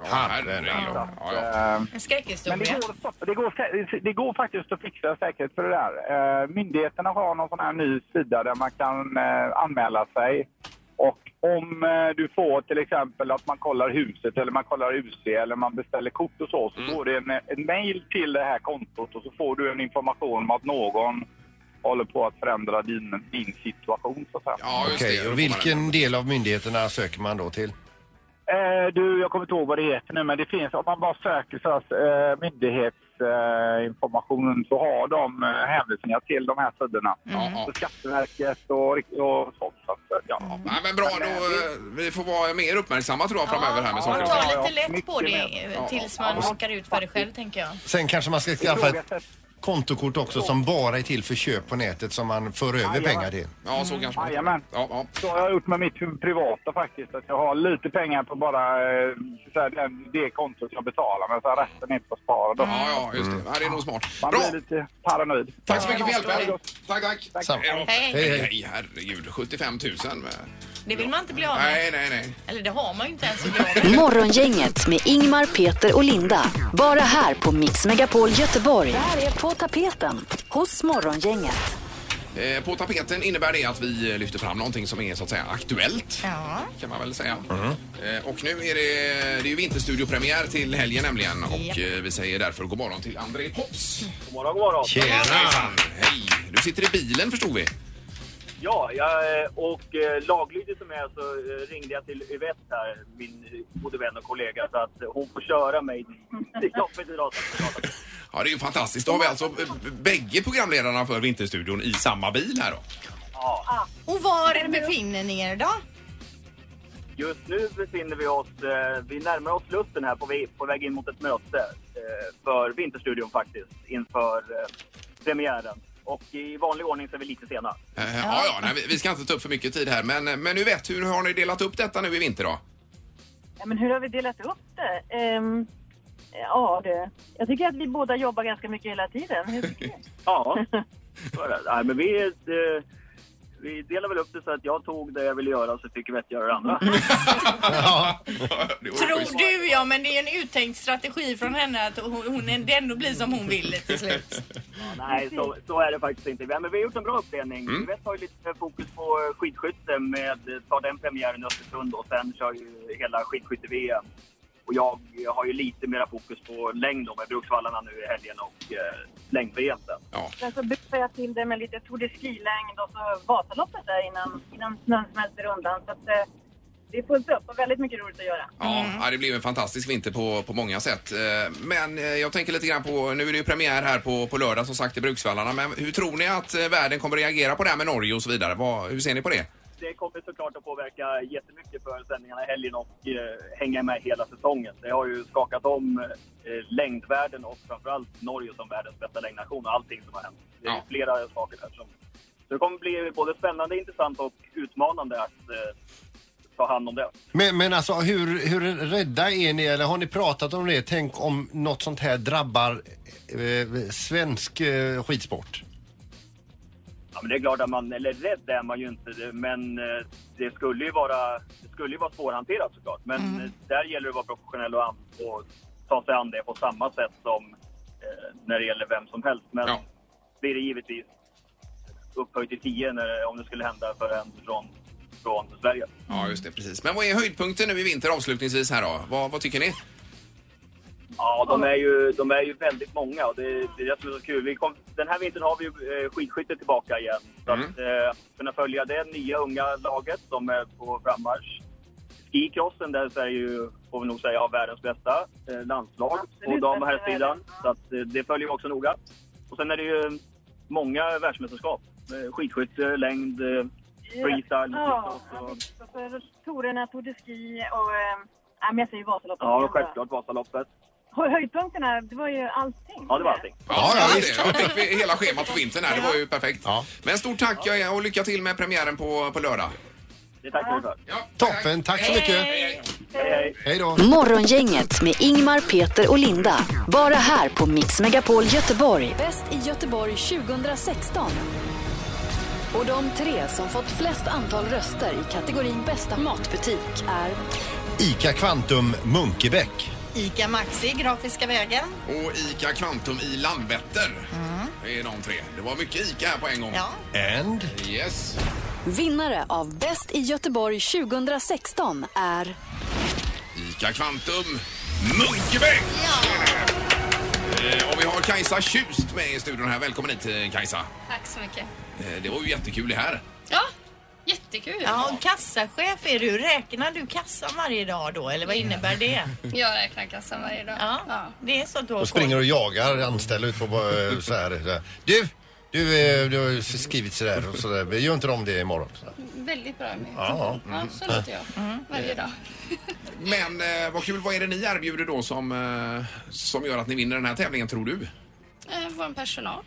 Speaker 16: Så att, eh,
Speaker 9: En
Speaker 16: men det
Speaker 9: skräckhistoria.
Speaker 16: går, att stoppa- det, går, sä- det går faktiskt att fixa säkerhet för det där. Eh, Myndigheterna har någon sån här ny sida där man kan eh, anmäla sig. Och om eh, du får till exempel att man kollar huset eller man kollar UC eller man beställer kort och så, så går det en, en mail till det här kontot och så får du en information om att någon håller på att förändra din, din situation så att säga.
Speaker 4: Okej, och vilken del av myndigheterna söker man då till?
Speaker 16: Eh, du, jag kommer inte ihåg vad det heter nu, men det finns, om man bara söker så att, eh, myndighetsinformationen eh, informationen så har de eh, hänvisningar till de här sidorna. Så Skatteverket och, och sånt. Så, att, ja.
Speaker 3: Nej, men bra, då, eh, vi får vara mer uppmärksamma tror jag framöver här med
Speaker 5: Man
Speaker 3: saker och ting.
Speaker 5: tar lite lätt på det eh,
Speaker 3: Ja.
Speaker 5: tills man råkar ut för det själv, tänker jag.
Speaker 4: Sen kanske man ska skaffa ett kontokort också som bara är till för köp på nätet som man för över pengar till.
Speaker 3: Ja, så kanske man
Speaker 16: Jajamän. Så har jag gjort med mitt privata faktiskt. Att jag har lite pengar på bara eh, så här, den, det kontot jag betalar men så här, resten är på spar. Då.
Speaker 3: Ja, ja, just det. Ja, det är nog smart.
Speaker 16: Man
Speaker 3: Bra.
Speaker 16: blir lite paranoid.
Speaker 3: Tack så mycket för hjälpen. Tack, tack.
Speaker 16: Samma.
Speaker 3: Hej, då.
Speaker 5: Hej.
Speaker 3: hej. hej. Herregud, 75 000. med-
Speaker 5: Det vill man inte bli av med.
Speaker 3: Nej, nej, nej.
Speaker 5: Eller det har man ju inte ens.
Speaker 1: Morgongänget med Ingmar, Peter och Linda. Bara här på Mix Megapol Göteborg. Det här är På tapeten hos Morgongänget.
Speaker 3: Eh, På tapeten innebär det att vi eh, lyfter fram någonting som är så att säga aktuellt. Kan man väl säga. Eh, Och nu är det, det är ju vinterstudiopremiär till helgen nämligen. Och
Speaker 2: Japp.
Speaker 3: eh, vi säger därför god morgon till André Pops.
Speaker 17: God morgon, god morgon.
Speaker 3: Hejsan. Hej! Du sitter i bilen förstod vi.
Speaker 17: Ja, jag, eh, och eh, laglydigt som jag är så eh, ringde jag till Yvette här, min eh, gode vän och kollega, så att eh, hon får köra mig till jobbet idag.
Speaker 3: Ja, det är ju fantastiskt. Då har vi alltså eh, b- bägge programledarna för Vinterstudion i samma bil här då.
Speaker 5: Och var befinner ni er då?
Speaker 17: Just nu befinner vi oss, eh, vi närmar oss Slussen här på, vä- på väg in mot ett möte eh, för Vinterstudion faktiskt, inför eh, premiären. Och i vanlig ordning så är vi lite sena.
Speaker 3: Eh, Ja, ja, nej, vi- vi ska inte ta upp för mycket tid här. Men, eh, men nu vet, hur har ni delat upp detta nu i vinter då?
Speaker 18: Ja, men hur har vi delat upp det? Ehm, ja, du. Jag tycker att vi båda jobbar ganska mycket hela tiden. Hur tycker du?
Speaker 17: Ja, så är det. Nej, men vi, eh, vi delar väl upp det så att jag tog det jag ville göra så fick Yvette göra det andra.
Speaker 5: Tror du ja, men det är en uttänkt strategi från henne att hon, hon det ändå blir som hon vill till slut.
Speaker 17: Ja, nej, så, så är det faktiskt inte. Ja, Men vi har gjort en bra uppdelning.
Speaker 5: Mm.
Speaker 17: Yvette har ju lite fokus på eh, skidskytte med eh, tar den premiären i Östersund och sen kör ju hela skidskytte-VM. Och jag har ju lite mera fokus på längd då med Bruksvallarna nu i helgen och eh, längd-VM sen.
Speaker 18: Sen så buffar jag till det med lite Tour de Ski-längd och så Vasaloppet där innan, innan snön smälter undan. Så att, eh, det är fullt upp och väldigt mycket roligt att göra.
Speaker 3: Ja, ja, det blev en fantastisk vinter på, på många sätt. Eh, Men eh, jag tänker lite grann på, nu är det ju premiär här på, på lördag som sagt i Bruksvallarna. Men hur tror ni att eh, världen kommer reagera på det här med Norge och så vidare? Vad, hur ser ni på det?
Speaker 17: det kommer såklart att påverka jättemycket för sändningarna i helgen och eh, hänga med hela säsongen. Det har ju skakat om eh, längdvärlden och framförallt Norge som världens bästa längdnation och allting som har hänt. Det är ju flera saker där som... Så det kommer bli både spännande, intressant och utmanande att eh, ta hand om det.
Speaker 4: Men, men alltså hur, hur rädda är ni eller har ni pratat om det? Tänk om något sånt här drabbar eh, svensk eh, skidsport.
Speaker 17: Ja, men det är klart att man, eller rädd är man ju inte, det, men eh, det skulle ju vara, det skulle ju vara svårhanterat såklart. Men
Speaker 3: Mm.
Speaker 17: eh, där gäller det att vara professionell och, an, och ta sig an det på samma sätt som eh, när det gäller vem som helst. Men blir det givetvis upphöjt till 10 när, det- om det skulle hända för en från, från Sverige.
Speaker 3: Ja, just det. Precis. Men vad är höjdpunkten nu i vinter avslutningsvis här då? Vad, vad tycker ni?
Speaker 17: Ja, de är ju, de är ju väldigt många och det, det är det som är så kul. Vi kom, den här vintern har vi ju eh, skidskyttet tillbaka igen. Så
Speaker 3: Mm.
Speaker 17: att eh, kunna följa det nya unga laget som är på frammarsch. Skikrossen där så är ju, får vi nog säga, av världens bästa eh, landslag på
Speaker 18: Absolut,
Speaker 17: dam och
Speaker 18: bästa i
Speaker 17: herrsidan. Så att, eh, det följer vi också noga. Och sen är det ju många världsmästerskap. Eh, skidskytte, längd, eh, freestyle,
Speaker 18: Ja,
Speaker 17: och-
Speaker 18: Torerna, Tour de Ski och... eh, Nej, men jag säger Vasaloppet.
Speaker 17: Ja, och självklart Vasaloppet.
Speaker 18: Hö- Höjdpunkterna, det var ju allting.
Speaker 17: Ja, det var allting.
Speaker 3: Ja, ja, det. ja fick vi hela schemat på vintern här. Det var ju perfekt. Men stort tack ja, och lycka till med premiären på, på lördag.
Speaker 17: Det tackar vi för.
Speaker 4: Toppen, tack så mycket. Hej då.
Speaker 1: Morgongänget med Ingmar, Peter och Linda. Bara här på Mix Megapol Göteborg.
Speaker 19: Bäst i Göteborg 2016.
Speaker 1: Och de tre som fått flest antal röster i kategorin bästa matbutik är
Speaker 4: ICA Kvantum Munkebäck.
Speaker 5: Ica Maxi, Grafiska vägen.
Speaker 3: Och ICA Kvantum i Landvetter.
Speaker 5: Mm.
Speaker 3: Det är de tre. Det var mycket ICA här på en gång. Ja.
Speaker 4: And?
Speaker 3: Yes.
Speaker 1: vinnare av Bäst i Göteborg 2016 är
Speaker 3: ICA Kvantum Munkebäck! Eh, Och vi har Kajsa Tjust med i studion här. Välkommen hit eh, Kajsa.
Speaker 6: Tack så mycket.
Speaker 3: Eh, Det var ju jättekul det här.
Speaker 6: Ja, jättekul.
Speaker 5: Ja, och kassachef är du. Räknar du kassan varje dag då, eller vad innebär det?
Speaker 6: Jag räknar kassan varje dag.
Speaker 5: Ja, det är så att du har
Speaker 4: Och springer och jagar anställda ut på eh, så här. så här. Du, du, eh, du har ju skrivit sådär och sådär. Men Gör inte om det imorgon.
Speaker 6: Väldigt bra med.
Speaker 4: Ja.
Speaker 6: ja så låter jag. Varje dag.
Speaker 3: Men eh, vad kul, vad är det ni erbjuder då som, eh, som gör att ni vinner den här tävlingen tror du?
Speaker 6: Eh, vår personal.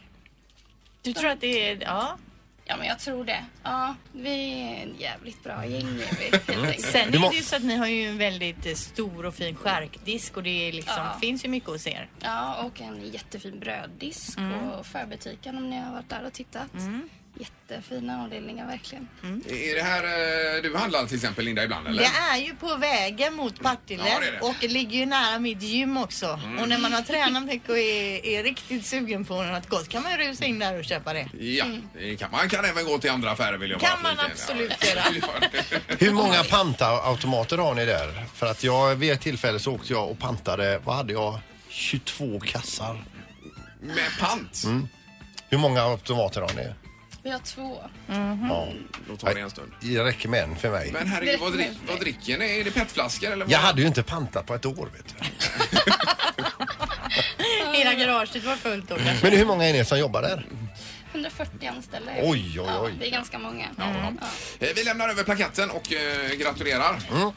Speaker 5: Du tror att det är... Ja.
Speaker 6: Ja, men jag tror det. Ja, vi är en jävligt bra gäng är vi, helt
Speaker 3: Mm.
Speaker 6: enkelt.
Speaker 5: Sen är det ju så att ni har ju en väldigt eh, stor och fin skärkdisk och det är liksom,
Speaker 6: Ja.
Speaker 5: finns ju mycket hos er.
Speaker 6: Ja, och en jättefin bröddisk
Speaker 5: Mm.
Speaker 6: och förbutiken om ni har varit där och tittat. Jättefina avdelningar verkligen.
Speaker 3: Är det här eh, du handlar till exempel Linda ibland eller?
Speaker 5: Mm. Det är ju på vägen mot Partille
Speaker 3: Ja, det är det.
Speaker 5: och det ligger ju nära mitt gym också.
Speaker 3: Mm.
Speaker 5: Och när man har tränat mycket och är, är riktigt sugen på något gott kan man ju rusa in där och köpa det.
Speaker 3: Ja,
Speaker 6: Mm.
Speaker 3: det kan, man kan även gå till andra affärer vill jag bara
Speaker 5: Mm. Kan man
Speaker 3: flika in.
Speaker 5: absolut göra.
Speaker 4: Hur många pantautomater har ni där? För att jag vid ett tillfälle så åkte jag och pantade, vad hade jag? 22 kassar.
Speaker 3: Med pant?
Speaker 4: Mm. Hur många automater har ni?
Speaker 6: Vi har två.
Speaker 4: Ja.
Speaker 3: Mm. Då tar det en stund.
Speaker 4: Det räcker med en för mig.
Speaker 3: Men herregud, vad, drick, vad dricker ni? Är det petflaskor eller? Vad?
Speaker 4: Jag hade ju inte pantat på ett år vet du.
Speaker 5: Hela garaget var fullt då.
Speaker 4: Men hur många är ni som jobbar där?
Speaker 6: 140 anställda.
Speaker 4: Oj, oj,
Speaker 6: Ja,
Speaker 4: oj.
Speaker 6: vi är ganska många. Ja.
Speaker 3: Eh, Vi lämnar över plaketten och eh, gratulerar.
Speaker 4: Mm.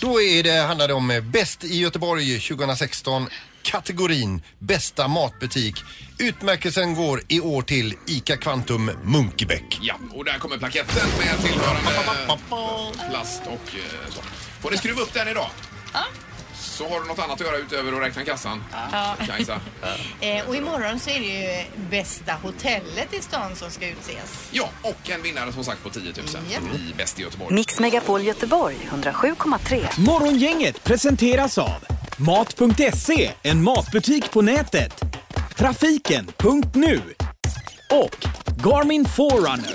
Speaker 4: Då är det, handlar det om eh, Bäst i Göteborg 2016, kategorin Bästa matbutik. Utmärkelsen går i år till ICA Kvantum Munkebäck.
Speaker 3: Ja, och där kommer plaketten med tillhörande plast och eh, så. Får ni skruva upp den idag?
Speaker 6: Ja.
Speaker 3: Så har du något annat att göra utöver att räkna kassan?
Speaker 5: Ja.
Speaker 3: Kajsa?
Speaker 5: Eh, och imorgon så är det ju bästa hotellet i stan som ska utses.
Speaker 3: Ja, och en vinnare som sagt på 10 000 i Bäst i Göteborg.
Speaker 1: Mix Megapol Göteborg 107,3.
Speaker 2: Morgongänget presenteras av Mat.se, en matbutik på nätet. Trafiken.nu och Garmin Forerunner.